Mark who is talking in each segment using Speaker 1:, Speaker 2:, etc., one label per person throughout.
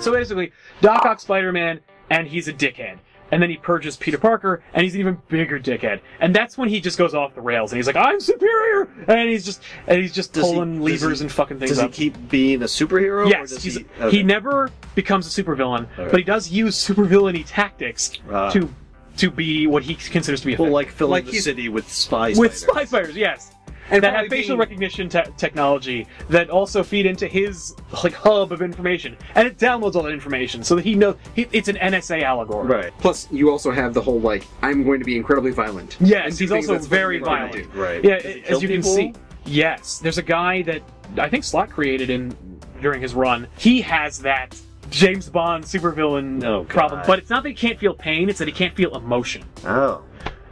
Speaker 1: So basically, Doc Ock Spider Man, and he's a dickhead. And then he purges Peter Parker, and he's an even bigger dickhead. And that's when he just goes off the rails, and he's like, "I'm superior," and he's just and he's just
Speaker 2: Does he-
Speaker 1: pulling
Speaker 2: does
Speaker 1: levers
Speaker 2: he-
Speaker 1: and fucking things
Speaker 2: Does he
Speaker 1: up.
Speaker 2: keep being a superhero? or
Speaker 1: Yes,
Speaker 2: does
Speaker 1: he's,
Speaker 2: he,
Speaker 1: he,
Speaker 2: okay.
Speaker 1: never becomes a supervillain,
Speaker 2: Okay.
Speaker 1: but he does use supervillainy tactics
Speaker 2: Ah.
Speaker 1: to to be what he considers to be a
Speaker 2: well, like filling
Speaker 1: Like
Speaker 2: the
Speaker 1: he's-
Speaker 2: city with spies.
Speaker 1: with
Speaker 2: later.
Speaker 1: spy spiders, yes,
Speaker 3: And
Speaker 1: that have
Speaker 3: probably
Speaker 1: facial
Speaker 3: being-
Speaker 1: recognition te- technology that also feed into his like hub of information, and it downloads all that information so that he knows he, it's an NSA allegory.
Speaker 2: Right.
Speaker 3: Plus, you also have the whole like, I'm going to be incredibly violent.
Speaker 1: Yes,
Speaker 3: And do
Speaker 1: he's
Speaker 3: things
Speaker 1: also
Speaker 3: that's what
Speaker 1: very
Speaker 3: you're gonna
Speaker 1: violent.
Speaker 3: do.
Speaker 2: Right.
Speaker 1: Yeah,
Speaker 2: Does he
Speaker 1: as
Speaker 2: kill
Speaker 1: you
Speaker 2: people?
Speaker 1: can see, yes, there's a guy that I think Slot created in during his run. He has that James Bond supervillain
Speaker 2: Oh, God.
Speaker 1: problem, but it's not that he can't feel pain; it's that he can't feel emotion,
Speaker 2: Oh.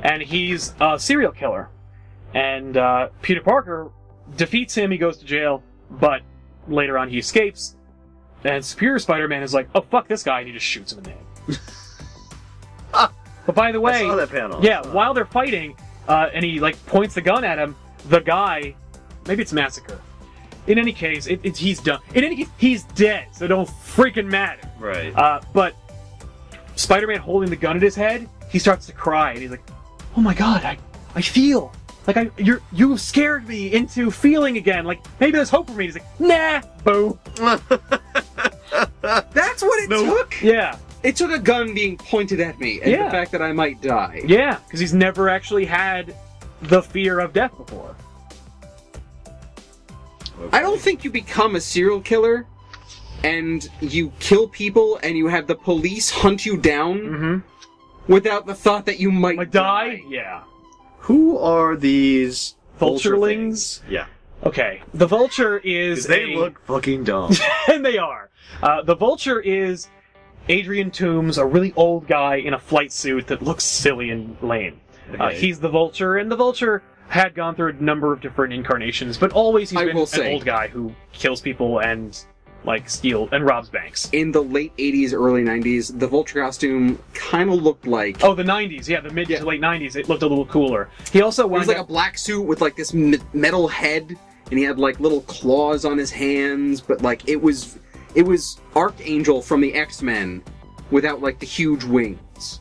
Speaker 1: and he's a serial killer. And uh, Peter Parker defeats him. He goes to jail, but later on he escapes. And Superior Spider-Man is like, "Oh fuck this guy!" and he just shoots him in the head. but by the way,
Speaker 2: I saw that panel. Oh,
Speaker 1: yeah,
Speaker 2: I saw
Speaker 1: while they're fighting, uh, and he like points the gun at him. The guy, maybe it's massacre. In any case, it, it's he's done. In any case, he's dead, so don't freaking matter.
Speaker 2: it. Right.
Speaker 1: Uh, but Spider-Man holding the gun at his head, he starts to cry, and he's like, "Oh my god, I, I feel like I you're you've scared me into feeling again. Like maybe there's hope for me." He's like, "Nah, boo."
Speaker 3: That's what it
Speaker 2: No.
Speaker 3: took.
Speaker 1: Yeah,
Speaker 3: It took a gun being pointed at me and
Speaker 1: Yeah.
Speaker 3: the fact that I might die.
Speaker 1: yeah, because he's never actually had the fear of death before.
Speaker 3: I don't think you become a serial killer and you kill people and you have the police hunt you down
Speaker 1: Mm-hmm.
Speaker 3: without the thought that you might
Speaker 1: Like die? Yeah.
Speaker 2: Who are these vulture
Speaker 1: Vulturelings?
Speaker 2: things? Yeah.
Speaker 1: Okay. The vulture
Speaker 2: 'Cause
Speaker 1: is
Speaker 2: They
Speaker 1: a-
Speaker 2: look fucking dumb.
Speaker 1: and they are. Uh, the vulture is Adrian Toomes, a really old guy in a flight suit that looks silly and lame. Uh,
Speaker 2: Okay.
Speaker 1: he's the vulture, and the vulture had gone through a number of different incarnations, but always he's
Speaker 3: I
Speaker 1: been
Speaker 3: will
Speaker 1: an
Speaker 3: say-
Speaker 1: old guy who kills people and like steal and robs banks.
Speaker 3: In the late 80s, early 90s, the vulture costume kind of looked like.
Speaker 1: Oh, the '90s, yeah, the mid
Speaker 3: Yeah.
Speaker 1: to late '90s. It looked a little cooler. He also
Speaker 3: It
Speaker 1: wound
Speaker 3: was like a
Speaker 1: up-
Speaker 3: black suit with like this me- metal head, and he had like little claws on his hands. But like it was, it was Archangel from the X Men, without like the huge wings.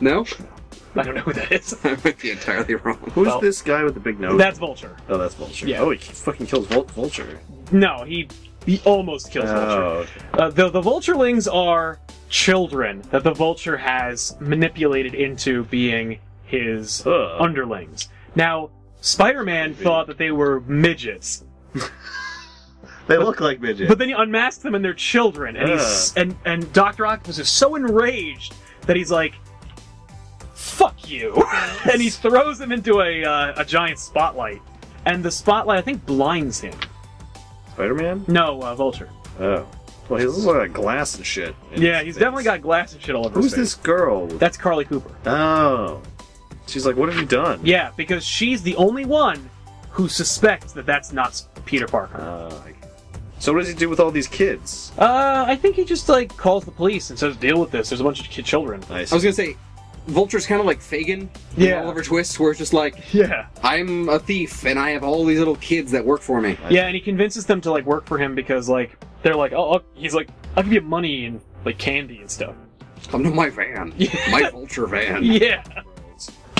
Speaker 3: No,
Speaker 1: I don't know who that is.
Speaker 3: I might be entirely wrong.
Speaker 2: Who's
Speaker 1: Well,
Speaker 2: this guy with the big nose?
Speaker 1: That's vulture.
Speaker 2: oh, that's Vulture.
Speaker 1: Yeah.
Speaker 2: Oh, he fucking kills Vul- Vulture.
Speaker 1: No, he he almost kills vulture.
Speaker 2: Oh, okay.
Speaker 1: Uh, the, the vulturelings are children that the vulture has manipulated into being his
Speaker 2: Huh.
Speaker 1: underlings. Now, Spider Man thought that they were midgets,
Speaker 2: They look like midgets.
Speaker 1: but then he unmasked them and they're children. And, he's, and, and Dr. Octopus is so enraged that he's like, fuck you. and he throws him into a, uh, a giant spotlight. And the spotlight, I think, blinds him.
Speaker 2: Spider-Man?
Speaker 1: No, uh, Vulture.
Speaker 2: Oh. Well, he looks like glass and shit. in
Speaker 1: Yeah,
Speaker 2: his
Speaker 1: he's
Speaker 2: face.
Speaker 1: definitely got glass and shit all over his
Speaker 2: Who's
Speaker 1: face.
Speaker 2: this girl?
Speaker 1: That's Carly Cooper.
Speaker 2: Oh. She's like, what have you done?
Speaker 1: Yeah, because she's the only one who suspects that that's not Peter Parker.
Speaker 2: Oh, I- so what does he do with all these kids?
Speaker 1: Uh, I think he just like calls the police and says, "Deal with this." There's a bunch of kid children.
Speaker 2: I
Speaker 3: I was
Speaker 2: see.
Speaker 3: gonna say, Vulture's kind of like Fagin, in
Speaker 1: Yeah.
Speaker 3: Oliver Twist, where it's just like
Speaker 1: Yeah,
Speaker 3: I'm a thief and I have all these little kids that work for me.
Speaker 1: yeah, and he convinces them to like work for him because like they're like, "Oh, I'll, he's like, I'll give you money and like candy and stuff."
Speaker 3: Come to my van, my Vulture van.
Speaker 1: Yeah.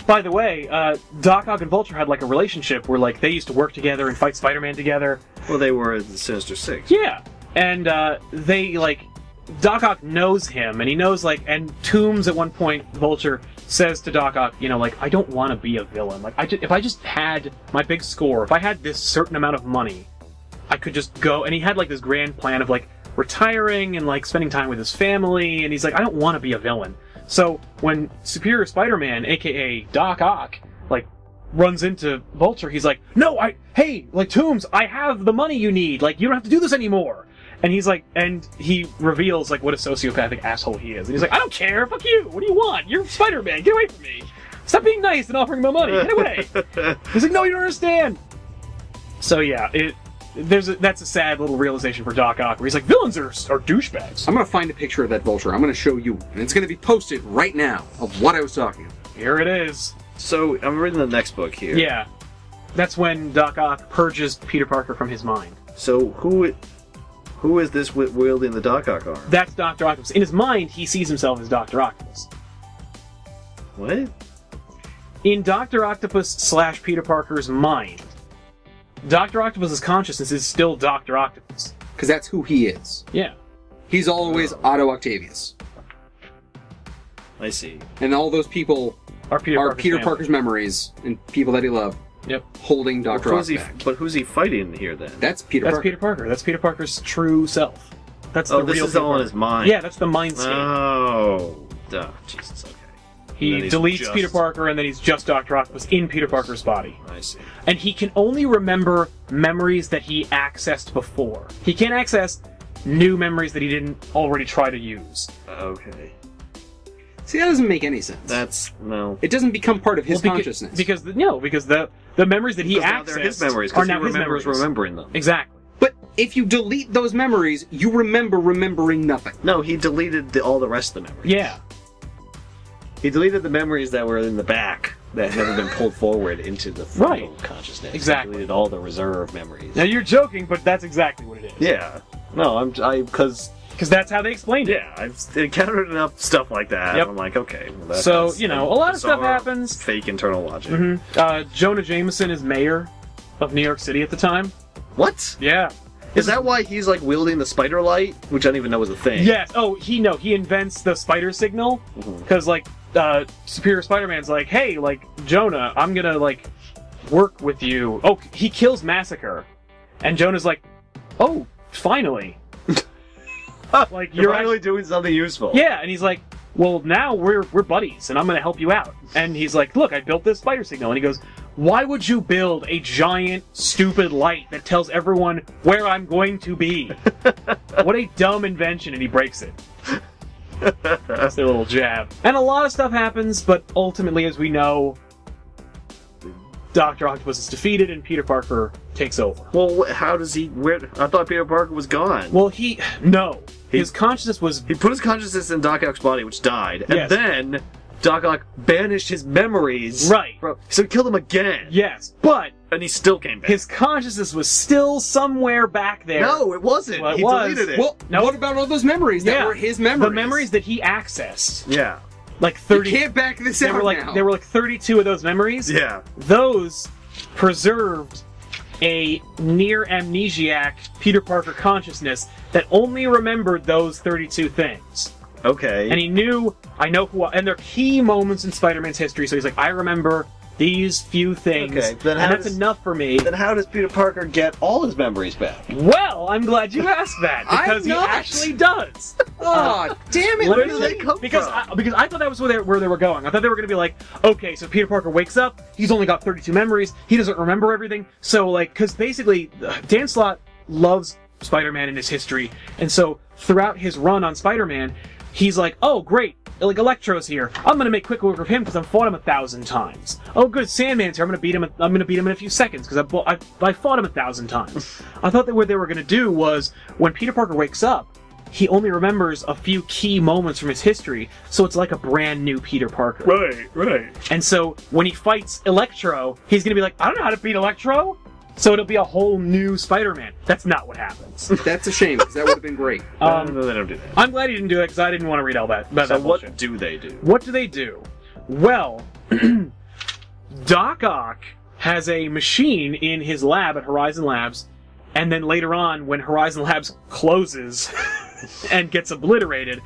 Speaker 1: By the way, uh, Doc Ock and Vulture had like a relationship where like they used to work together and fight Spider-Man together.
Speaker 2: Well, they were in the Sinister Six.
Speaker 1: Yeah, and uh, they like Doc Ock knows him, and he knows like, and Toombs at one point, Vulture says to Doc Ock, you know, like I don't want to be a villain. Like I ju- if I just had my big score, if I had this certain amount of money, I could just go. And he had like this grand plan of like retiring and like spending time with his family, and he's like, I don't want to be a villain. So when Superior Spider-Man, aka Doc Ock, like runs into Vulture, he's like, "No, I hey, like Toombs, I have the money you need. Like you don't have to do this anymore." And he's like, and he reveals like what a sociopathic asshole he is. And he's like, "I don't care. Fuck you. What do you want? You're Spider-Man. Get away from me. Stop being nice and offering me money. Get away." he's like, "No, you don't understand." So yeah, it there's a, that's a sad little realization for Doc Ock, where he's like, villains are are douchebags.
Speaker 3: I'm gonna find a picture of that vulture. I'm gonna show you, and it's gonna be posted right now of what I was talking about.
Speaker 1: Here it is.
Speaker 2: So I'm reading the next book here.
Speaker 1: Yeah, that's when Doc Ock purges Peter Parker from his mind.
Speaker 2: So who, i- who is this wi- wielding the Doc Ock arm?
Speaker 1: That's Doctor Octopus. In his mind, he sees himself as Doctor Octopus.
Speaker 2: What?
Speaker 1: In Doctor Octopus slash Peter Parker's mind, Doctor Octopus's consciousness is still Doctor Octopus.
Speaker 3: Because that's who he is.
Speaker 1: Yeah.
Speaker 3: He's always Otto Octavius.
Speaker 2: I see.
Speaker 3: And all those people
Speaker 1: Our Peter
Speaker 3: are
Speaker 1: Parker's
Speaker 3: Peter
Speaker 1: family.
Speaker 3: Parker's memories and people that he loved
Speaker 1: Yep.
Speaker 3: holding Dr.
Speaker 2: Who's
Speaker 3: Ock
Speaker 2: he,
Speaker 3: back.
Speaker 2: but who's he fighting here then?
Speaker 3: That's Peter
Speaker 1: That's
Speaker 3: Parker.
Speaker 1: Peter Parker. That's Peter Parker's true self. That's
Speaker 2: oh,
Speaker 1: the
Speaker 2: this
Speaker 1: real
Speaker 2: is
Speaker 1: Peter
Speaker 2: all in
Speaker 1: Parker.
Speaker 2: his mind.
Speaker 1: Yeah, that's the mind state.
Speaker 2: Oh, duh. Jesus. Okay.
Speaker 1: he
Speaker 2: then he's
Speaker 1: deletes
Speaker 2: just-
Speaker 1: Peter Parker, and then he's just Doctor Octopus in Peter Parker's body.
Speaker 2: I see.
Speaker 1: and he can only remember memories that he accessed before. He can't access new memories that he didn't already try to use.
Speaker 2: Okay.
Speaker 3: See, that doesn't make any sense.
Speaker 2: That's no.
Speaker 3: it doesn't become part of his
Speaker 1: Well, beca-
Speaker 3: consciousness.
Speaker 1: Because the, no, because the the memories that he
Speaker 2: Because
Speaker 1: accessed
Speaker 2: now they're his memories.
Speaker 1: are
Speaker 2: Because he
Speaker 1: now his
Speaker 2: remembers
Speaker 1: memories.
Speaker 2: remembering them.
Speaker 1: Exactly.
Speaker 3: but if you delete those memories, you remember remembering nothing.
Speaker 2: No, he deleted the, all the rest of the memories.
Speaker 1: Yeah.
Speaker 2: He deleted the memories that were in the back that had never been pulled forward into the frontal
Speaker 1: Right.
Speaker 2: consciousness.
Speaker 1: Exactly.
Speaker 2: He deleted all the reserve memories.
Speaker 1: Now you're joking, but that's exactly what it is.
Speaker 2: Yeah. No, I'm I because
Speaker 1: Because that's how they explained it.
Speaker 2: yeah, I've encountered enough stuff like that.
Speaker 1: Yep.
Speaker 2: I'm like, okay. Well, that
Speaker 1: So,
Speaker 2: has
Speaker 1: you know, a lot of stuff
Speaker 2: bizarre,
Speaker 1: happens.
Speaker 2: Fake internal logic.
Speaker 1: hmm Uh, Jonah Jameson is mayor of New York City at the time.
Speaker 2: What
Speaker 1: Yeah.
Speaker 2: is that? Why he's like wielding the spider light, which I didn't even know was a thing.
Speaker 1: Yes. Oh, he no. He invents the spider signal
Speaker 2: Mhm.
Speaker 1: because like uh, Superior Spider-Man's like, hey, like Jonah, I'm gonna like work with you. Oh, he kills Massacre, and Jonah's like, oh, finally. like
Speaker 2: You're
Speaker 1: you're
Speaker 2: finally doing something useful.
Speaker 1: yeah, and he's like, well, now we're we're buddies, and I'm gonna help you out. And he's like, look, I built this spider signal, and he goes. Why would you build a giant, stupid light that tells everyone where I'm going to be? what a dumb invention, and he breaks it. That's their little jab. And a lot of stuff happens, but ultimately, as we know, Doctor Octopus is defeated and Peter Parker takes over.
Speaker 2: Well, wh- how does he? Where I thought Peter Parker was gone.
Speaker 1: Well, he no,
Speaker 2: He-
Speaker 1: his consciousness was
Speaker 2: he put his consciousness in Doc Ock's body, which died, and
Speaker 1: Yes.
Speaker 2: then Doc Ock banished his memories.
Speaker 1: Right.
Speaker 2: from- so he killed him again.
Speaker 1: yes, but
Speaker 2: And he still came back.
Speaker 1: his consciousness was still somewhere back there.
Speaker 2: no, it wasn't.
Speaker 1: Well, it
Speaker 2: he
Speaker 1: was.
Speaker 2: deleted it.
Speaker 3: Well,
Speaker 1: No.
Speaker 3: what about all those memories
Speaker 1: Yeah.
Speaker 3: that were his memories?
Speaker 1: the memories that he accessed,
Speaker 2: yeah.
Speaker 1: like
Speaker 3: you
Speaker 1: thirty,
Speaker 3: can't back this
Speaker 1: there
Speaker 3: out
Speaker 1: were like
Speaker 3: now.
Speaker 1: there were like thirty-two of those memories.
Speaker 2: Yeah.
Speaker 1: Those preserved a near amnesiac Peter Parker consciousness that only remembered those thirty-two things.
Speaker 2: Okay.
Speaker 1: And he knew, I know who, I, and they're key moments in Spider-Man's history. So he's like, I remember these few things,
Speaker 2: Okay, then
Speaker 1: and
Speaker 2: how
Speaker 1: that's
Speaker 2: does-
Speaker 1: enough for me.
Speaker 2: then how does Peter Parker get all his memories back?
Speaker 1: Well, I'm glad you asked that
Speaker 3: I'm
Speaker 1: because he
Speaker 3: not.
Speaker 1: actually does.
Speaker 3: oh, damn it!
Speaker 1: Let
Speaker 2: Where
Speaker 1: me
Speaker 2: do
Speaker 1: say-
Speaker 2: they come
Speaker 1: uh, because
Speaker 2: from?
Speaker 1: I, because I thought that was where they, where they were going. I thought they were going to be like, okay, so Peter Parker wakes up, he's only got 32 memories, he doesn't remember everything. So like, because basically, uh, Dan Slott loves Spider-Man and his history, and so throughout his run on Spider-Man, he's like, oh great. Like Electro's here. I'm gonna make quick work of him because I've fought him a thousand times. Oh, good, Sandman's here. I'm gonna beat him. I'm gonna beat him in a few seconds because I, bo- I I fought him a thousand times. I thought that what they were gonna do was when Peter Parker wakes up, he only remembers a few key moments from his history, so it's like a brand new Peter Parker.
Speaker 2: Right, right.
Speaker 1: And so when he fights Electro, he's gonna be like, I don't know how to beat Electro! So it'll be a whole new Spider Man. That's not what happens.
Speaker 3: That's a shame. 'cause That would have been great.
Speaker 1: Um,
Speaker 2: no, no, they don't do that.
Speaker 1: I'm glad he didn't do that because I didn't want to read all that. But
Speaker 2: So
Speaker 1: that
Speaker 2: what
Speaker 1: bullshit.
Speaker 2: do they do?
Speaker 1: What do they do? Well, Doc Ock has a machine in his lab at Horizon Labs, and then later on, when Horizon Labs closes and gets obliterated,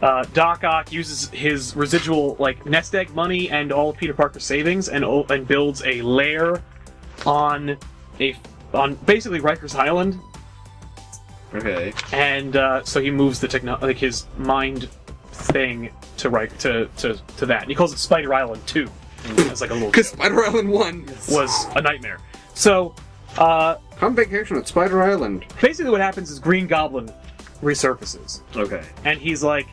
Speaker 1: uh, Doc Ock uses his residual like nest egg money and all of Peter Parker's savings, and o- and builds a lair on a on basically Rikers Island,
Speaker 2: Okay.
Speaker 1: and uh, so he moves the techno- like his mind thing to right to, to to that. And he calls it Spider Island Two. It's like a little
Speaker 3: Because
Speaker 1: joke.
Speaker 3: Spider Island One.
Speaker 1: was a nightmare. So uh,
Speaker 3: Come vacation at Spider Island.
Speaker 1: basically, what happens is Green Goblin resurfaces,
Speaker 2: Okay.
Speaker 1: and he's like,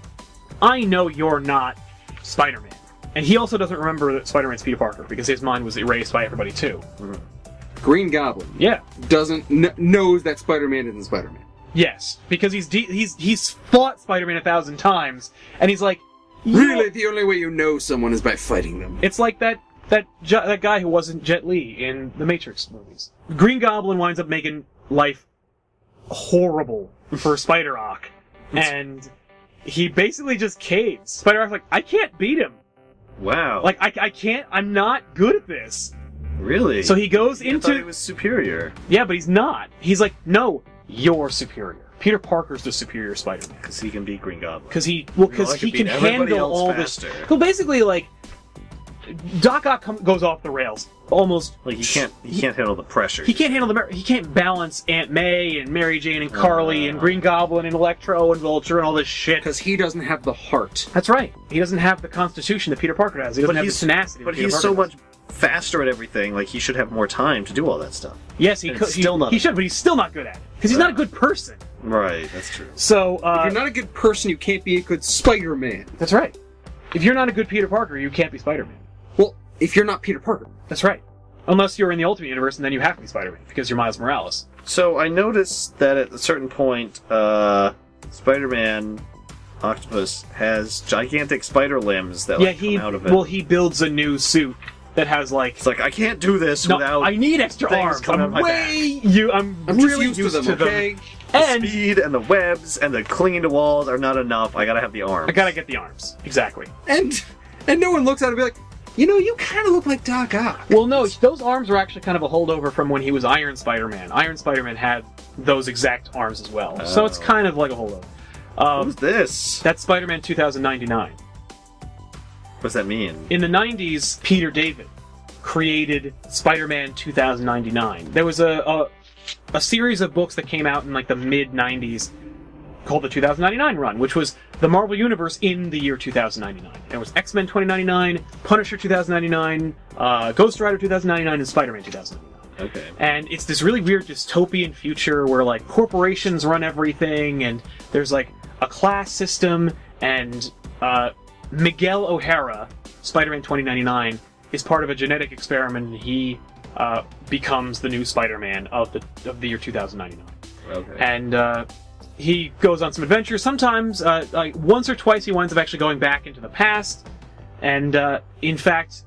Speaker 1: "I know you're not Spider Man," and he also doesn't remember that Spider Man's Peter Parker because his mind was erased by everybody too.
Speaker 3: Green Goblin
Speaker 1: Yeah.
Speaker 3: doesn't kn- knows that Spider-Man isn't Spider-Man.
Speaker 1: Yes, because he's de- he's he's fought Spider-Man a thousand times, and he's like, you-
Speaker 3: Really, the only way you know someone is by fighting them.
Speaker 1: It's like that that ju- that guy who wasn't Jet Li in the Matrix movies. Green Goblin winds up making life horrible for Spider Ock, and he basically just caves. Spider Ock's like, I can't beat him.
Speaker 2: Wow.
Speaker 1: Like I I can't. I'm not good at this.
Speaker 2: really?
Speaker 1: So he goes
Speaker 2: I thought he
Speaker 1: into
Speaker 2: was superior
Speaker 1: yeah, but he's not. He's like, no, you're superior. Peter Parker's the superior Spider-Man.
Speaker 2: because he can beat Green Goblin.
Speaker 1: because he well
Speaker 2: No, I
Speaker 1: because
Speaker 2: can
Speaker 1: he
Speaker 2: beat
Speaker 1: can
Speaker 2: everybody
Speaker 1: handle
Speaker 2: else
Speaker 1: all
Speaker 2: faster.
Speaker 1: this. So basically, like Doc Ock com- goes off the rails almost.
Speaker 2: Like he can't he can't handle the pressure.
Speaker 1: He can't handle the. Mar- he can't balance Aunt May and Mary Jane and Carly and Green Goblin and Electro and Vulture and all this shit.
Speaker 3: Because he doesn't have the heart.
Speaker 1: That's right. He doesn't have the constitution that Peter Parker has. He doesn't
Speaker 2: But
Speaker 1: have the
Speaker 2: he's
Speaker 1: tenacity. that
Speaker 2: But
Speaker 1: Peter
Speaker 2: he's
Speaker 1: Parker
Speaker 2: so
Speaker 1: has.
Speaker 2: much faster at everything. Like he should have more time to do all that stuff.
Speaker 1: Yes, he
Speaker 2: and
Speaker 1: could.
Speaker 2: it's
Speaker 1: he-
Speaker 2: still not
Speaker 1: he
Speaker 2: enough.
Speaker 1: should, but he's still not good at it because he's not a good person.
Speaker 2: Right. That's true.
Speaker 1: So uh,
Speaker 3: If you're not a good person, you can't be a good Spider-Man.
Speaker 1: that's right. If you're not a good Peter Parker, you can't be Spider-Man.
Speaker 3: Well, if you're not Peter Parker.
Speaker 1: That's right. Unless you're in the Ultimate Universe, and then you have to be Spider-Man because you're Miles Morales.
Speaker 2: So I noticed that at a certain point, uh, Spider-Man Octopus has gigantic spider limbs that
Speaker 1: yeah,
Speaker 2: like,
Speaker 1: he
Speaker 2: Oh, come out of it.
Speaker 1: well he builds a new suit that has like
Speaker 2: it's like I can't do this
Speaker 1: no,
Speaker 2: without
Speaker 1: I need extra
Speaker 2: things
Speaker 1: arms.
Speaker 2: coming out
Speaker 1: I'm
Speaker 2: my
Speaker 1: way you I'm,
Speaker 3: I'm
Speaker 1: really
Speaker 3: just used, to them, okay?
Speaker 2: the
Speaker 1: And
Speaker 2: speed and the webs and the clinging to walls are not enough. I gotta have the arms.
Speaker 1: I gotta get the arms exactly.
Speaker 3: And and no one looks at him and be like, you know, you kind of look like Doc Ock.
Speaker 1: Well, no, those arms are actually kind of a holdover from when he was Iron Spider-Man. Iron Spider-Man had those exact arms as well, so it's
Speaker 2: Oh.
Speaker 1: kind of like a holdover. Um,
Speaker 2: Who's this?
Speaker 1: that's Spider-Man 2099.
Speaker 2: What does that mean?
Speaker 1: In the 90s, Peter David created Spider-Man 2099. There was a, a a series of books that came out in like the mid 90s called the 2099 run, which was the Marvel Universe in the year 2099. There was X-Men 2099, Punisher 2099, uh, Ghost Rider 2099, and Spider-Man 2099.
Speaker 2: Okay.
Speaker 1: And it's this really weird dystopian future where like corporations run everything, and there's like a class system. And uh, Miguel O'Hara, Spider-Man 2099, is part of a genetic experiment, and he uh, becomes the new Spider-Man of the of the year 2099
Speaker 2: Okay.
Speaker 1: and uh, he goes on some adventures. Sometimes, uh, like once or twice, he winds up actually going back into the past. And uh, in fact,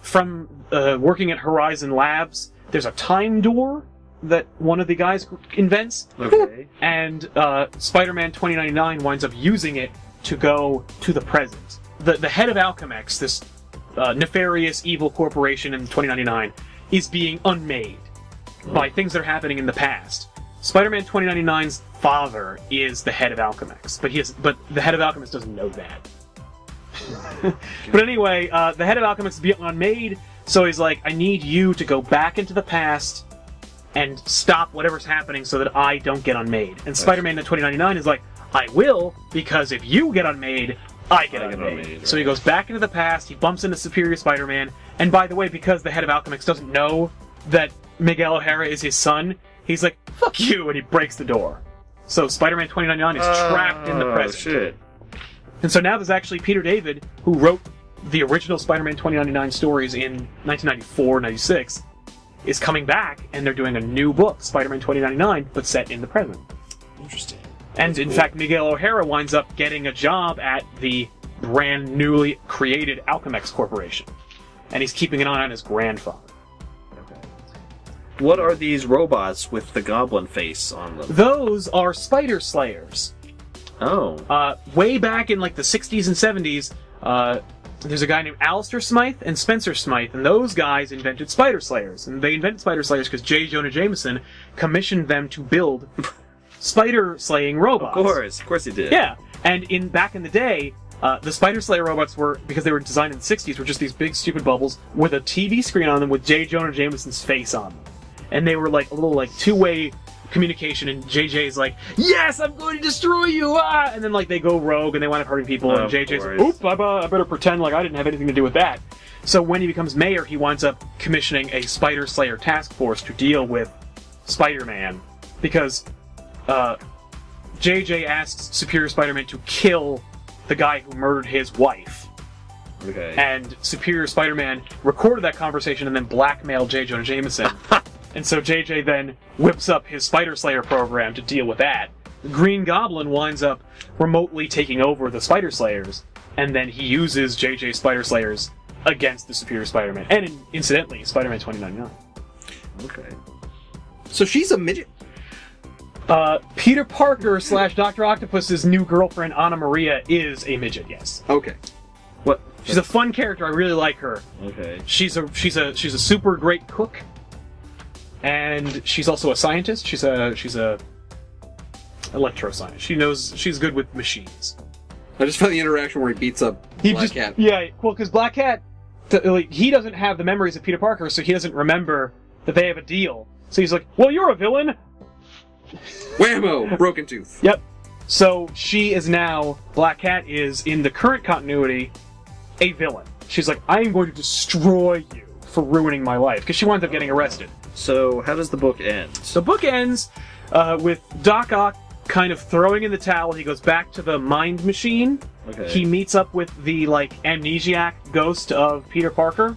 Speaker 1: from uh, working at Horizon Labs, there's a time door that one of the guys invents,
Speaker 2: Okay.
Speaker 1: and uh, Spider-Man 2099 winds up using it to go to the present. The the head of Alchemex, this uh, nefarious evil corporation in 2099, is being unmade by things that are happening in the past. Spider-Man 2099's father is the head of Alchemex, but he is, but the head of Alchemex doesn't know that. but anyway, uh, the head of Alchemex is being unmade, so he's like, "I need you to go back into the past and stop whatever's happening, so that I don't get unmade." And Spider-Man 2099 is like, "I will, because if you get unmade, I get,
Speaker 2: I get
Speaker 1: unmade.
Speaker 2: unmade,
Speaker 1: So he
Speaker 2: right.
Speaker 1: goes back into the past. He bumps into Superior Spider-Man, and by the way, because the head of Alchemix doesn't know that Miguel O'Hara is his son, he's like, "Fuck you!" and he breaks the door. So Spider-Man 2099 is trapped in the
Speaker 2: Oh,
Speaker 1: present.
Speaker 2: Shit.
Speaker 1: And so now there's actually Peter David, who wrote the original Spider-Man 2099 stories in 1994, 96, is coming back, and they're doing a new book, Spider-Man 2099, but set in the present.
Speaker 2: Interesting.
Speaker 1: And in fact, Miguel O'Hara winds up getting a job at the brand newly created Alchemex Corporation, and he's keeping an eye on his grandfather.
Speaker 2: What are these robots with the goblin face on them?
Speaker 1: Those are Spider Slayers.
Speaker 2: Oh.
Speaker 1: uh, way back in like the 60s and 70s, uh, there's a guy named Alistair Smythe and Spencer Smythe, and those guys invented Spider Slayers. And they invented Spider Slayers because J. Jonah Jameson commissioned them to build spider slaying robots.
Speaker 2: Of course, of course he did.
Speaker 1: Yeah, and in back in the day, uh, the Spider Slayer robots were because they were designed in the '60s were just these big stupid bubbles with a TV screen on them with J. Jonah Jameson's face on them, and they were like a little like two way communication. And JJ's like, "Yes, I'm going to destroy you!" Ah! And then like they go rogue and they wind up hurting people,
Speaker 2: Of
Speaker 1: and JJ's like,
Speaker 2: course.
Speaker 1: "Oop, I, be- I better pretend like I didn't have anything to do with that." So when he becomes mayor, he winds up commissioning a Spider Slayer task force to deal with Spider Man because uh, JJ asks Superior Spider-Man to kill the guy who murdered his wife,
Speaker 2: Okay.
Speaker 1: and Superior Spider-Man recorded that conversation and then blackmailed J. Jonah Jameson And so JJ then whips up his Spider Slayer program to deal with that. The Green Goblin winds up remotely taking over the Spider Slayers, and then he uses JJ Spider Slayers against the Superior Spider Man. And in, incidentally, Spider Man 2099.
Speaker 2: Okay.
Speaker 3: So she's a midget.
Speaker 1: Uh, Peter Parker slash Dr. Octopus's new girlfriend, Anna Maria, is a midget, yes.
Speaker 3: Okay.
Speaker 2: What?
Speaker 1: She's a fun character. I really like her.
Speaker 2: Okay.
Speaker 1: She's a she's a she's a super great cook, and she's also a scientist. She's a she's a electroscientist. She knows she's good with machines.
Speaker 3: I just found the interaction where he beats up
Speaker 1: He
Speaker 3: Black
Speaker 1: just
Speaker 3: Cat.
Speaker 1: yeah, well, because Black Cat, t- like, he doesn't have the memories of Peter Parker, so he doesn't remember that they have a deal. So he's like, "Well, you're a villain."
Speaker 3: Whammo! Broken tooth.
Speaker 1: Yep. So she is now Black Cat is in the current continuity a villain. She's like, "I am going to destroy you for ruining my life," because she winds up getting arrested.
Speaker 2: So how does the book end?
Speaker 1: The book ends uh, with Doc Ock kind of throwing in the towel. He goes back to the mind machine.
Speaker 2: Okay.
Speaker 1: He meets up with the like amnesiac ghost of Peter Parker,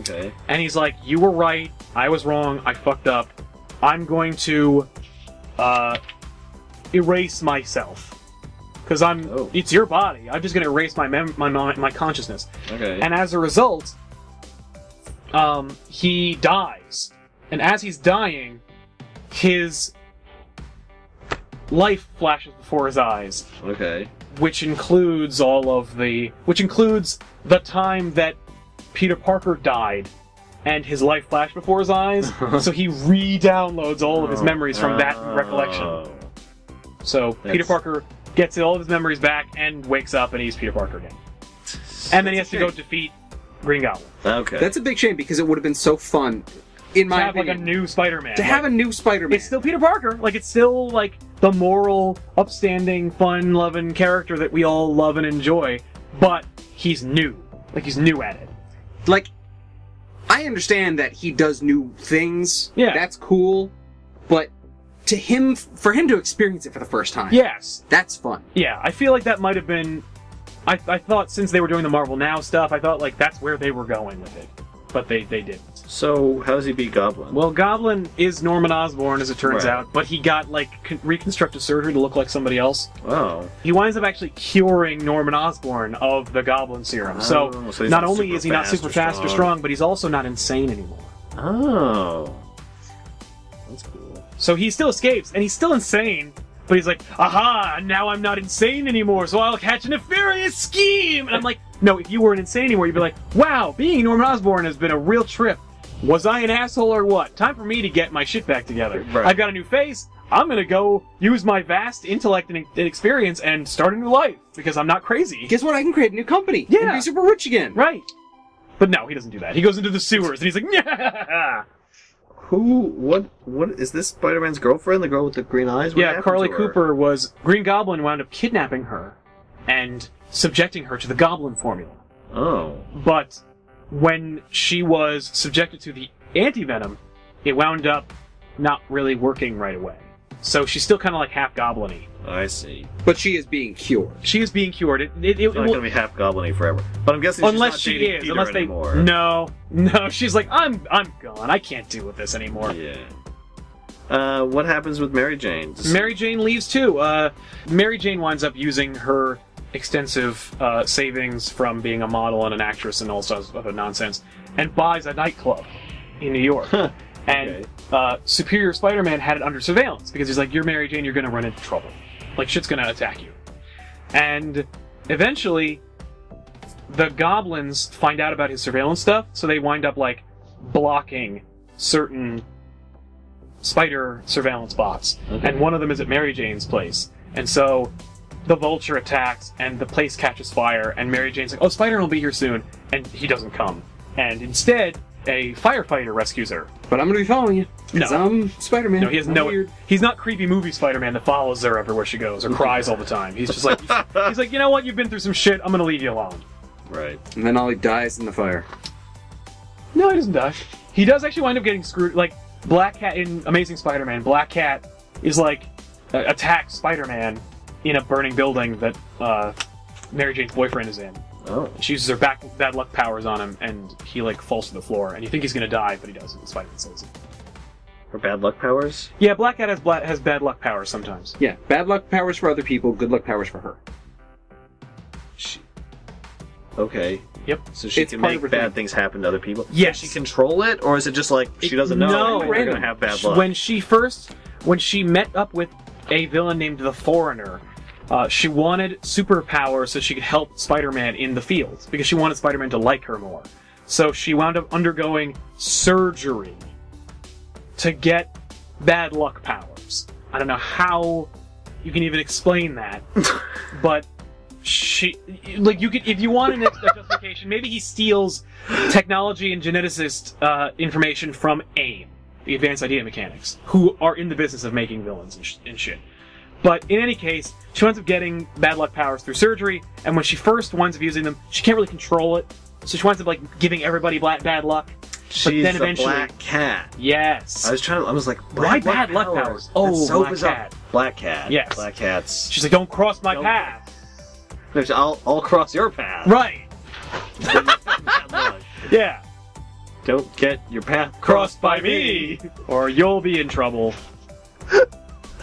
Speaker 2: okay.
Speaker 1: and he's like, "You were right. I was wrong. I fucked up. I'm going to uh, erase myself because I'm.
Speaker 2: Oh.
Speaker 1: It's your body. I'm just going to erase my mem- my mi- my consciousness."
Speaker 2: Okay.
Speaker 1: and as a result, um, he dies. And as he's dying, his life flashes before his eyes,
Speaker 2: okay.
Speaker 1: which includes all of the, which includes the time that Peter Parker died, and his life flashed before his eyes. so he re-downloads all of his memories from that recollection.
Speaker 2: Oh.
Speaker 1: So Peter
Speaker 2: That's-
Speaker 1: Parker gets all of his memories back and wakes up, and he's Peter Parker again. And then he has to go defeat Green Goblin.
Speaker 2: Okay.
Speaker 3: That's a big shame because it would have been so fun, in my
Speaker 1: to have like
Speaker 3: opinion,
Speaker 1: a new Spider-Man.
Speaker 3: to have
Speaker 1: Like,
Speaker 3: a new Spider-Man.
Speaker 1: it's still Peter Parker. Like it's still like the moral, upstanding, fun-loving character that we all love and enjoy. But he's new. Like he's new at it.
Speaker 3: like I understand that he does new things.
Speaker 1: Yeah.
Speaker 3: that's cool. But to him, for him to experience it for the first time,
Speaker 1: Yes.
Speaker 3: that's fun.
Speaker 1: Yeah. I feel like that might have been. I, I thought since they were doing the Marvel Now stuff, I thought like that's where they were going with it, but they they didn't.
Speaker 2: so how does he beat Goblin?
Speaker 1: Well, Goblin is Norman Osborn, as it turns
Speaker 2: Right.
Speaker 1: out, but he got like con- reconstructive surgery to look like somebody else.
Speaker 2: oh.
Speaker 1: he winds up actually curing Norman Osborn of the Goblin Serum. so
Speaker 2: Oh,
Speaker 1: not,
Speaker 2: so he's not
Speaker 1: only
Speaker 2: super
Speaker 1: is he not
Speaker 2: fast
Speaker 1: super
Speaker 2: or
Speaker 1: fast or
Speaker 2: strong.
Speaker 1: strong, but he's also not insane anymore.
Speaker 2: Oh. That's cool.
Speaker 1: So he still escapes, and he's still insane. But he's like, aha, now I'm not insane anymore, so I'll catch a nefarious scheme! And I'm like, no, if you weren't insane anymore, you'd be like, wow, being Norman Osborn has been a real trip. Was I an asshole or what? Time for me to get my shit back together.
Speaker 2: Right.
Speaker 1: I've got a new face. I'm gonna go use my vast intellect and and experience and start a new life because I'm not crazy.
Speaker 3: Guess what? I can create a new company. and
Speaker 1: Yeah.
Speaker 3: be super rich again.
Speaker 1: Right. But no, he doesn't do that. He goes into the sewers and he's like, yeah,
Speaker 2: Who? What? What is this Spider-Man's girlfriend? The girl with the green eyes? What
Speaker 1: yeah.
Speaker 2: happened
Speaker 1: Carly
Speaker 2: to her?
Speaker 1: Cooper was Green Goblin wound up kidnapping her and subjecting her to the Goblin formula.
Speaker 2: Oh.
Speaker 1: But when she was subjected to the anti venom, it wound up not really working right away. So she's still kind of like half goblin-y.
Speaker 2: I see.
Speaker 3: But she is being cured.
Speaker 1: She is being cured. It, it, it,
Speaker 2: It's not
Speaker 1: well,
Speaker 2: gonna be half goblin forever. But I'm guessing
Speaker 1: unless
Speaker 2: she's not
Speaker 1: she
Speaker 2: dating
Speaker 1: is,
Speaker 2: Peter
Speaker 1: unless they Hmm?
Speaker 2: anymore.
Speaker 1: no, no. She's like, I'm, I'm gone. I can't deal with this anymore.
Speaker 2: Yeah. Uh, what happens with Mary Jane? Does-
Speaker 1: Mary Jane leaves too. Uh, Mary Jane winds up using her extensive uh, savings from being a model and an actress and all sorts of other nonsense, and buys a nightclub in New York. And
Speaker 2: Okay.
Speaker 1: uh, Superior Spider-Man had it under surveillance because he's like, "You're Mary Jane. You're gonna run into trouble. Like shit's gonna attack you." And eventually, the goblins find out about his surveillance stuff, so they wind up like blocking certain spider surveillance bots.
Speaker 2: Okay.
Speaker 1: And one of them is at Mary Jane's place. And so the vulture attacks and the place catches fire and Mary Jane's like, "Oh, Spider will be here soon." And he doesn't come. And instead, a firefighter rescues her.
Speaker 3: But I'm gonna be following you. 'cause
Speaker 1: No.
Speaker 3: I'm Spider-Man.
Speaker 1: No, he has
Speaker 3: I'm
Speaker 1: no.
Speaker 3: weird.
Speaker 1: He's not creepy movie Spider-Man that follows her everywhere she goes or cries all the time. He's just like, he's like, you know what? You've been through some shit. I'm gonna leave you alone.
Speaker 2: Right.
Speaker 3: And then Ollie dies in the fire.
Speaker 1: No, he doesn't die. He does actually wind up getting screwed. Like Black Cat in Amazing Spider-Man, Black Cat is like uh, attacks Spider-Man in a burning building that uh, Mary Jane's boyfriend is in.
Speaker 2: Oh.
Speaker 1: She uses her back bad luck powers on him, and he like falls to the floor. And you think he's gonna die, but he doesn't. Spider-Man saves him.
Speaker 2: Or bad luck powers?
Speaker 1: Yeah, Black Cat has bla- has bad luck powers sometimes.
Speaker 3: Yeah, bad luck powers for other people, good luck powers for her.
Speaker 2: She... Okay.
Speaker 1: Yep.
Speaker 2: So she
Speaker 3: It's
Speaker 2: can
Speaker 3: part
Speaker 2: make
Speaker 3: of her
Speaker 2: bad
Speaker 3: thing.
Speaker 2: things happen to other people.
Speaker 1: Yes.
Speaker 2: Does she control it, or is it just like she doesn't know?
Speaker 1: No,
Speaker 2: and you're
Speaker 1: random.
Speaker 2: gonna have bad
Speaker 1: She-
Speaker 2: luck.
Speaker 1: When she first, when she met up with a villain named the Foreigner, uh, she wanted superpower so she could help Spider-Man in the fields because she wanted Spider-Man to like her more. So she wound up undergoing surgery to get bad luck powers. I don't know how you can even explain that, but she like you could if you want an a justification maybe he steals technology and geneticist uh, information from aim the advanced idea mechanics who are in the business of making villains and, sh- and shit but in any case she winds up getting bad luck powers through surgery and when she first winds up using them she can't really control it so she winds up like giving everybody black bad luck
Speaker 2: She's
Speaker 1: but then
Speaker 2: the
Speaker 1: eventually
Speaker 2: black cat.
Speaker 1: yes
Speaker 2: I was trying to. I was like,
Speaker 1: Why
Speaker 2: black
Speaker 1: bad luck powers? Oh,
Speaker 2: That's so
Speaker 1: black
Speaker 2: bizarre.
Speaker 1: cat.
Speaker 2: Black cat.
Speaker 1: Yes.
Speaker 2: Black cats.
Speaker 1: she's like don't cross my
Speaker 2: Don't-
Speaker 1: path
Speaker 2: No, she- I'll, I'll cross your path.
Speaker 1: right
Speaker 2: Bad luck.
Speaker 1: yeah
Speaker 2: Don't get your path
Speaker 1: crossed by me, or you'll be in trouble.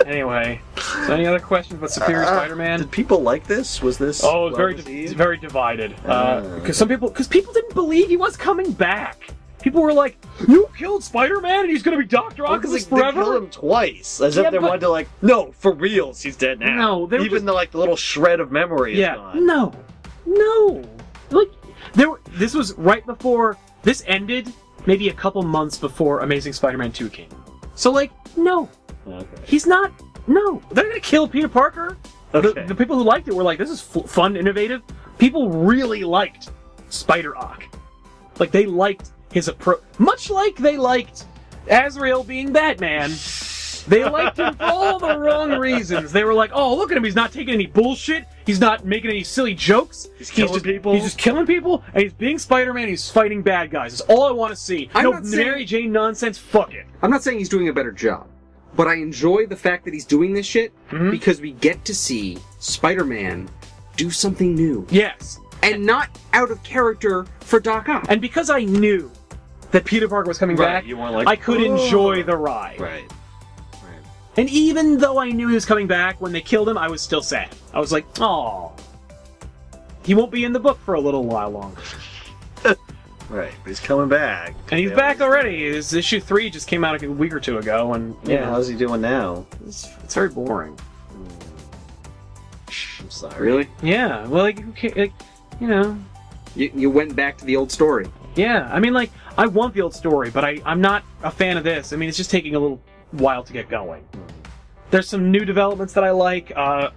Speaker 1: anyway, so any other questions about Superior
Speaker 2: Uh,
Speaker 1: Spider-Man?
Speaker 2: Did people like this? Was this?
Speaker 1: Oh, it's
Speaker 2: well
Speaker 1: very, di-
Speaker 2: received?
Speaker 1: it's very divided. Because
Speaker 2: Ah,
Speaker 1: some people, because people didn't believe he was coming back. People were like, "You killed Spider-Man, and he's going to be Doctor
Speaker 2: Well, 'cause,
Speaker 1: Octopus
Speaker 2: like, they killed
Speaker 1: forever."
Speaker 2: him twice, as
Speaker 1: Yeah,
Speaker 2: if they
Speaker 1: but-
Speaker 2: wanted to like, no, for reals, he's dead now.
Speaker 1: No, they were
Speaker 2: even
Speaker 1: just-
Speaker 2: the like the little shred of memory is
Speaker 1: Yeah,
Speaker 2: gone.
Speaker 1: no, no. Like there, were- this was right before this ended. Maybe a couple months before Amazing Spider-Man 2 came. So like, no,
Speaker 2: Okay.
Speaker 1: he's not. No, they're going to kill Peter Parker.
Speaker 2: Okay.
Speaker 1: The, the people who liked it were like, "This is f- fun, innovative." People really liked Spider Ock. Like they liked his approach, much like they liked Azrael being Batman. They liked him for all the wrong reasons. They were like, "Oh, look at him! He's not taking any bullshit. He's not making any silly jokes.
Speaker 2: He's killing
Speaker 1: just,
Speaker 2: people."
Speaker 1: He's just killing people, and he's being Spider-Man. and He's fighting bad guys. It's all I want to see.
Speaker 3: I'm
Speaker 1: no
Speaker 3: not saying-
Speaker 1: Mary Jane nonsense. Fuck it.
Speaker 3: I'm not saying he's doing a better job, but I enjoy the fact that he's doing this shit
Speaker 1: Mhm.
Speaker 3: because we get to see Spider-Man do something new
Speaker 1: Yes.
Speaker 3: and not out of character for Doc Ock.
Speaker 1: And because I knew that Peter Parker was coming
Speaker 2: Right,
Speaker 1: back,
Speaker 2: you weren't like,
Speaker 1: I could
Speaker 2: "Oh."
Speaker 1: enjoy the ride.
Speaker 2: Right.
Speaker 1: And even though I knew he was coming back when they killed him, I was still sad. I was like, "Oh, he won't be in the book for a little while longer."
Speaker 2: Right. But he's coming back.
Speaker 1: And he's
Speaker 2: They
Speaker 1: back
Speaker 2: always-
Speaker 1: already. His issue three just came out a week or two ago, and
Speaker 2: Yeah. How's he doing now?
Speaker 1: it's, it's very boring.
Speaker 2: I'm sorry.
Speaker 3: Really?
Speaker 1: Yeah, well, like, who ca- like, you know,
Speaker 3: You, you went back to the old story.
Speaker 1: yeah. I mean, like, I want the old story, but I I'm not a fan of this. I mean, it's just taking a little while to get going. There's some new developments that I like. Uh,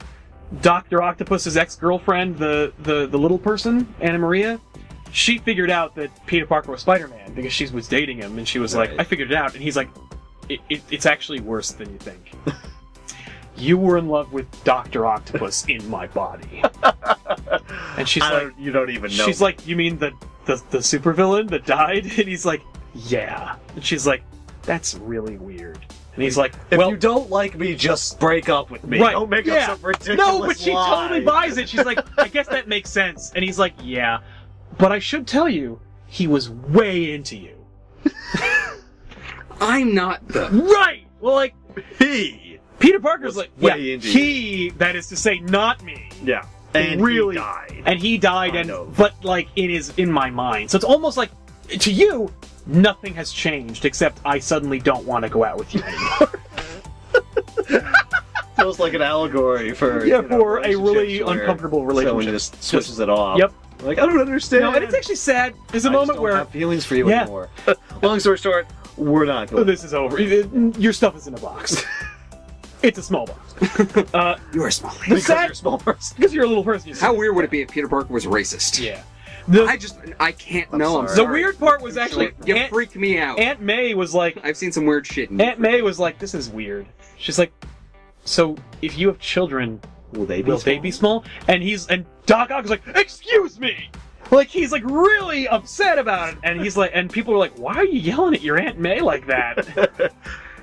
Speaker 1: Doctor Octopus's ex-girlfriend, the the the little person, Anna Maria, she figured out that Peter Parker was Spider-Man because she was dating him, and she was like,
Speaker 2: Right.
Speaker 1: "I figured it out," and he's like, it, it, "It's actually worse than you think. you were in love with Doctor Octopus in my body," and she's
Speaker 2: I
Speaker 1: like,
Speaker 2: don't, you don't even know.
Speaker 1: She's like, you mean the the, the supervillain that died? And he's like, yeah. And she's like, that's really weird. And he's like,
Speaker 2: if
Speaker 1: well,
Speaker 2: you don't like me, just break up with me.
Speaker 1: Right,
Speaker 2: Don't make
Speaker 1: yeah.
Speaker 2: up some ridiculous
Speaker 1: no, but she
Speaker 2: lie.
Speaker 1: totally buys it. She's like, I guess that makes sense. And he's like, yeah, but I should tell you, he was way into you.
Speaker 3: I'm not the.
Speaker 1: Right. Well, like
Speaker 2: He.
Speaker 1: Peter Parker's
Speaker 2: Was
Speaker 1: like,
Speaker 2: way
Speaker 1: yeah,
Speaker 2: into
Speaker 1: he. That is to say, not me.
Speaker 2: Yeah.
Speaker 1: He
Speaker 2: And he
Speaker 1: really-
Speaker 2: died.
Speaker 1: and he died
Speaker 2: I
Speaker 1: and
Speaker 2: know.
Speaker 1: but like it is in my mind so it's almost like to you nothing has changed except i suddenly don't want to go out with you anymore
Speaker 2: feels like an allegory for
Speaker 1: Yeah,
Speaker 2: you know,
Speaker 1: for a really
Speaker 2: relationships where
Speaker 1: uncomfortable
Speaker 2: Someone
Speaker 1: relationship.
Speaker 2: just switches it off.
Speaker 1: Yep.
Speaker 2: Like I don't understand.
Speaker 1: no and it's actually sad there's a
Speaker 2: I just
Speaker 1: moment
Speaker 2: don't
Speaker 1: where
Speaker 2: have feelings for you
Speaker 1: Yeah.
Speaker 2: anymore. Long story short, we're not
Speaker 1: "Oh,
Speaker 2: going.
Speaker 1: this is over your stuff is in a box it's a small box uh,
Speaker 3: You are small.
Speaker 1: the
Speaker 2: because
Speaker 1: sad
Speaker 2: you're a small person.
Speaker 1: because you're a little person you
Speaker 3: How weird would it be if Peter Parker was racist?
Speaker 1: yeah the,
Speaker 3: I just I can't
Speaker 2: I'm
Speaker 3: know. I'm
Speaker 2: sorry.
Speaker 1: the
Speaker 3: sorry.
Speaker 1: weird part was actually
Speaker 3: you
Speaker 1: aunt,
Speaker 3: freak me out.
Speaker 1: aunt may was like
Speaker 3: I've seen some weird shit. In
Speaker 1: aunt may was like this is weird she's like so if you have children
Speaker 2: Will they be?
Speaker 1: will they be small? And he's and Doc Ock is like, excuse me. Like he's like really upset about it, and he's like, and people are like, "Why are you yelling at your Aunt May like that?"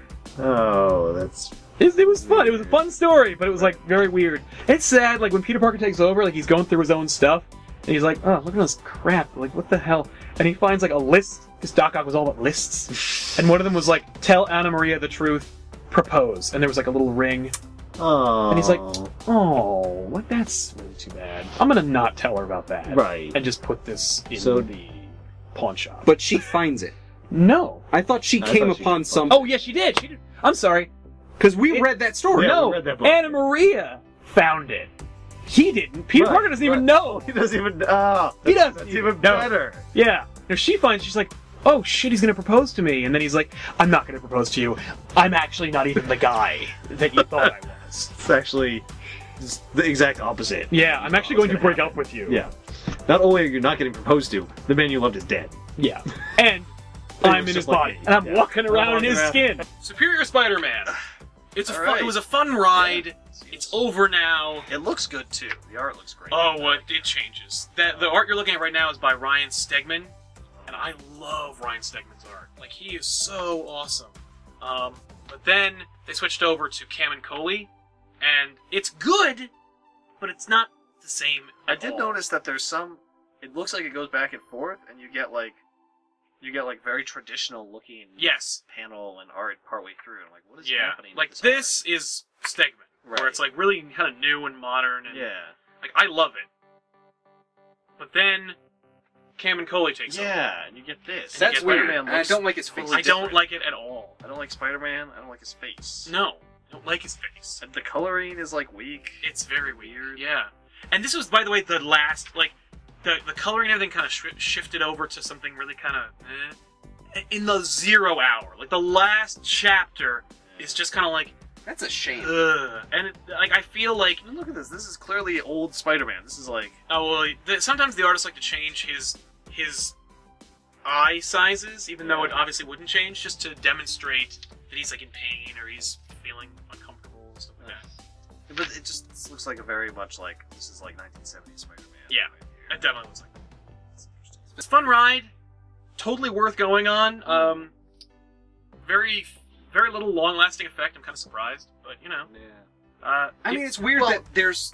Speaker 2: Oh, that's
Speaker 1: It, it was fun. It was a fun story, but it was like very weird. It's sad. Like when Peter Parker takes over, like he's going through his own stuff,
Speaker 4: And he's like, oh, look at this crap. Like, what the hell? And he finds like a list. Because Doc Ock was all about lists. And one of them was like, tell Anna Maria the truth, propose. And there was like a little ring.
Speaker 2: Oh.
Speaker 4: he's like, Oh, what? That's really too bad. I'm gonna not tell her about that.
Speaker 2: right.
Speaker 4: And just put this in
Speaker 2: So-
Speaker 4: the pawn shop.
Speaker 3: But she finds it.
Speaker 4: no.
Speaker 3: I thought she
Speaker 2: I
Speaker 3: came
Speaker 2: thought she
Speaker 3: upon
Speaker 2: did.
Speaker 3: some.
Speaker 4: Oh yeah, she did. She did. I'm sorry.
Speaker 3: because we
Speaker 4: it-
Speaker 3: read that story.
Speaker 2: Yeah,
Speaker 4: no,
Speaker 2: we read that book.
Speaker 4: Anna Maria found it. He didn't. Peter
Speaker 2: Right,
Speaker 4: Parker doesn't even
Speaker 2: right.
Speaker 4: know.
Speaker 2: He doesn't even. Oh,
Speaker 4: He doesn't
Speaker 2: that's- That's
Speaker 4: even
Speaker 2: even
Speaker 4: know.
Speaker 2: better.
Speaker 4: Yeah. Now she finds she's like, oh shit, he's gonna propose to me, and then he's like, I'm not gonna propose to you. I'm actually not even the guy that you thought I was.
Speaker 2: It's actually just the exact opposite.
Speaker 4: Yeah, I'm actually
Speaker 2: It's
Speaker 4: going to
Speaker 2: gonna
Speaker 4: break
Speaker 2: happen.
Speaker 4: up with you.
Speaker 2: Yeah. Not only are you not getting proposed to, the man you loved is dead.
Speaker 4: Yeah. And
Speaker 2: It
Speaker 4: I'm
Speaker 2: was
Speaker 4: in his
Speaker 2: just like
Speaker 4: body,
Speaker 2: me.
Speaker 4: and I'm
Speaker 2: Yeah.
Speaker 4: walking
Speaker 2: I'm
Speaker 4: around in
Speaker 2: walking
Speaker 4: his
Speaker 2: around.
Speaker 4: skin.
Speaker 1: Superior Spider-Man. It's a
Speaker 2: All
Speaker 1: fun,
Speaker 2: right.
Speaker 1: It was a fun ride. It's over now.
Speaker 2: It looks good too. The art looks great.
Speaker 1: Oh, it, it changes. That the art you're looking at right now is by Ryan Stegman, and I love Ryan Stegman's art. Like he is so awesome. Um, but then they switched over to Cam and Coley, and it's good, but it's not the same.
Speaker 2: I
Speaker 1: at
Speaker 2: did
Speaker 1: all.
Speaker 2: notice that there's some. It looks like it goes back and forth, and you get like, you get like very traditional looking
Speaker 1: Yes.
Speaker 2: panel and art partway through. I'm like, what is
Speaker 1: Yeah.
Speaker 2: happening?
Speaker 1: Like
Speaker 2: with
Speaker 1: this is Stegman,
Speaker 2: Right.
Speaker 1: where it's like really kind of new and modern,
Speaker 2: art?
Speaker 1: and
Speaker 2: Yeah.
Speaker 1: like I love it. But then Cam and Coley takes over.
Speaker 2: Yeah, and you get this.
Speaker 1: That's
Speaker 2: You get
Speaker 1: weird.
Speaker 2: Spider-Man
Speaker 3: and I
Speaker 2: looks-
Speaker 3: don't like his face.
Speaker 1: I don't like it at all.
Speaker 2: I don't like Spider-Man. I don't like his face.
Speaker 1: No, I don't like his face.
Speaker 2: And the coloring is like weak.
Speaker 1: It's very weird. Yeah, and this was, by the way, the last like the the coloring and everything kind of sh- shifted over to something really kind of eh. in the zero hour. Like the last chapter is just kind of like
Speaker 3: That's a shame.
Speaker 1: ugh, and it, like I feel like
Speaker 2: I mean, look at this. This is clearly old Spider-Man. This is like
Speaker 1: oh well, the, sometimes the artists like to change his his eye sizes, even though it obviously wouldn't change, just to demonstrate that he's like in pain or he's feeling uncomfortable and stuff like that.
Speaker 2: But it just this looks like a very much like this is like 1970s Spider-Man.
Speaker 1: Yeah. It
Speaker 2: right
Speaker 1: definitely looks like.
Speaker 2: here.
Speaker 1: It's a fun ride, totally worth going on. Um, very, very little long-lasting effect. I'm kind of surprised, but you know,
Speaker 2: Yeah.
Speaker 1: uh,
Speaker 3: I
Speaker 1: it-
Speaker 3: mean, it's weird
Speaker 2: well-
Speaker 3: that there's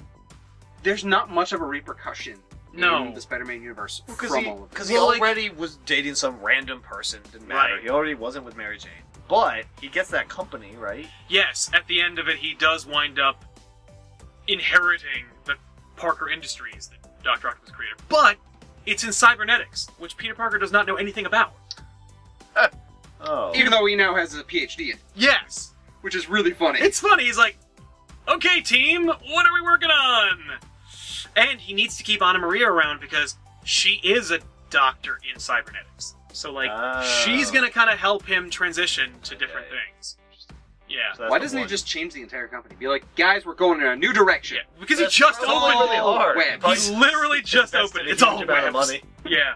Speaker 3: there's not much of a repercussion
Speaker 1: No.
Speaker 3: in the Spider-Man universe
Speaker 2: Because
Speaker 3: from
Speaker 2: he,
Speaker 3: all of this.
Speaker 2: 'cause he
Speaker 1: Well, like-
Speaker 2: already was dating some random person. Didn't matter.
Speaker 1: Right.
Speaker 2: He already wasn't with Mary Jane. But he gets that company right.
Speaker 1: yes, at the end of it, he does wind up inheriting the Parker Industries that Doctor Octopus created, but it's in cybernetics, which Peter Parker does not know anything about.
Speaker 2: Oh.
Speaker 3: Even though he now has a PhD in, it,
Speaker 1: Yes,
Speaker 3: which is really funny.
Speaker 1: It's funny. He's like, "Okay, team, what are we working on?" And he needs to keep Anna Maria around because she is a doctor in cybernetics. So like,
Speaker 2: Oh.
Speaker 1: she's gonna kind of help him transition to different
Speaker 2: Okay.
Speaker 1: things. Yeah.
Speaker 2: So that's
Speaker 3: Why
Speaker 2: the
Speaker 3: doesn't he
Speaker 2: one.
Speaker 3: just change the entire company? Be like, guys, we're going in a new direction.
Speaker 1: yeah. Because he
Speaker 2: That's
Speaker 1: just
Speaker 2: probably
Speaker 3: all
Speaker 1: opened
Speaker 2: what they
Speaker 1: it.
Speaker 2: are.
Speaker 3: web.
Speaker 2: Probably
Speaker 1: He's literally just
Speaker 2: invested
Speaker 1: opened.
Speaker 2: a
Speaker 1: It's all
Speaker 2: huge amount of
Speaker 1: webs.
Speaker 2: money.
Speaker 1: Yeah.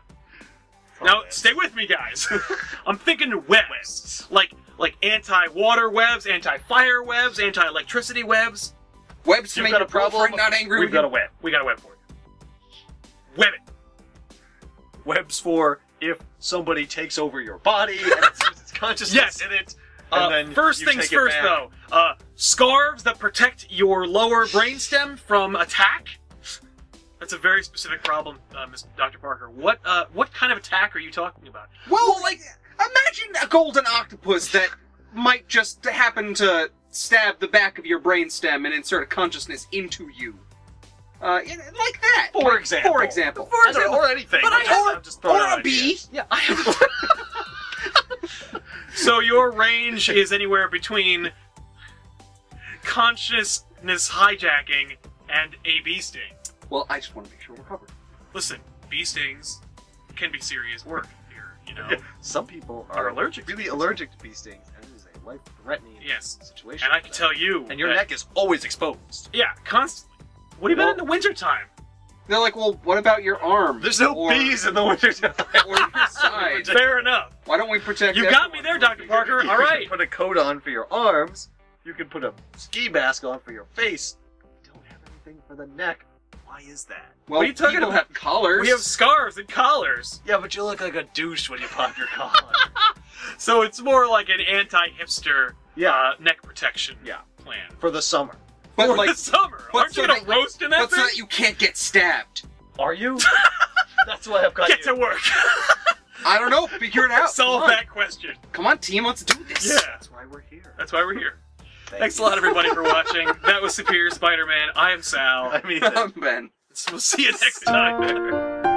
Speaker 1: Now stay with me, guys. I'm thinking webs, like like anti-water webs, anti-fire webs, anti-electricity webs.
Speaker 3: Webs to
Speaker 2: You've
Speaker 3: make
Speaker 2: got
Speaker 3: your
Speaker 2: a problem?
Speaker 3: girlfriend not angry
Speaker 2: We've
Speaker 3: with
Speaker 2: got a
Speaker 3: you.
Speaker 2: web.
Speaker 1: We got a web for you. Web it.
Speaker 2: Webs for if somebody takes over your body and it's, it's consciousness
Speaker 1: Yes.
Speaker 2: in it. And
Speaker 1: Uh,
Speaker 2: then
Speaker 1: first
Speaker 2: you
Speaker 1: things
Speaker 2: take it
Speaker 1: first,
Speaker 2: back.
Speaker 1: though. Uh, scarves that protect your lower brainstem from attack. That's a very specific problem, uh, Miss Doctor Parker. What uh, what kind of attack are you talking about?
Speaker 3: Well, like, imagine a golden octopus that might just happen to stab the back of your brainstem and insert a consciousness into you. Uh, yeah, like that.
Speaker 2: For example.
Speaker 3: For example.
Speaker 2: For example. Or anything.
Speaker 1: But I
Speaker 2: I'm just-
Speaker 3: have-
Speaker 2: I'm just throwing
Speaker 3: Or
Speaker 2: out
Speaker 3: a
Speaker 2: ideas.
Speaker 3: bee.
Speaker 1: Yeah, I have. so your range is anywhere between consciousness hijacking and a bee sting.
Speaker 3: Well, I just want to make sure we're covered.
Speaker 1: Listen, bee stings can be serious work here. You know.
Speaker 2: Some people
Speaker 1: Are
Speaker 2: are,
Speaker 1: allergic to
Speaker 2: really
Speaker 1: bee
Speaker 2: allergic to bee stings, and it is a life-threatening
Speaker 1: Yes.
Speaker 2: situation.
Speaker 1: And I can tell you.
Speaker 2: And your
Speaker 1: that-
Speaker 2: neck is always exposed.
Speaker 1: Yeah, constantly. What about in the wintertime?
Speaker 3: They're like, well, what about your arm?
Speaker 2: There's no
Speaker 3: or,
Speaker 2: bees in the wintertime.
Speaker 3: Or your side.
Speaker 1: Fair enough.
Speaker 3: Why don't we protect
Speaker 1: You got
Speaker 3: everyone
Speaker 1: me there,
Speaker 3: from
Speaker 1: Dr.
Speaker 3: being-
Speaker 1: Parker. All
Speaker 2: You
Speaker 1: right.
Speaker 2: can put a coat on for your arms. You can put a ski mask on for your face. You don't have anything for the neck. Why is that?
Speaker 3: Well,
Speaker 1: What are you talking
Speaker 3: people
Speaker 1: about?
Speaker 3: have collars.
Speaker 1: We have scarves and collars.
Speaker 2: Yeah, but you look like a douche when you pop your collar.
Speaker 1: So it's more like an anti-hipster
Speaker 2: yeah,
Speaker 1: uh, neck protection
Speaker 2: Yeah.
Speaker 1: plan.
Speaker 2: for the summer.
Speaker 3: but
Speaker 1: For
Speaker 3: like,
Speaker 1: the summer.
Speaker 3: but
Speaker 1: Aren't
Speaker 3: so
Speaker 1: you gonna
Speaker 3: that-
Speaker 1: roast in that
Speaker 3: but so
Speaker 1: thing?
Speaker 3: that you can't get stabbed.
Speaker 2: Are you? That's why I've got
Speaker 1: Get
Speaker 2: you.
Speaker 1: to work.
Speaker 3: I don't know. Figure it out.
Speaker 1: Solve
Speaker 3: Oh, Come on.
Speaker 1: that question.
Speaker 3: Come on, team. Let's do this.
Speaker 1: Yeah.
Speaker 2: That's why we're here.
Speaker 1: That's why we're here.
Speaker 2: Thank
Speaker 1: Thanks a
Speaker 2: you.
Speaker 1: lot, everybody, for watching. That was Superior Spider Man. I am Sal.
Speaker 5: I mean,
Speaker 3: Ben.
Speaker 1: We'll see you next time.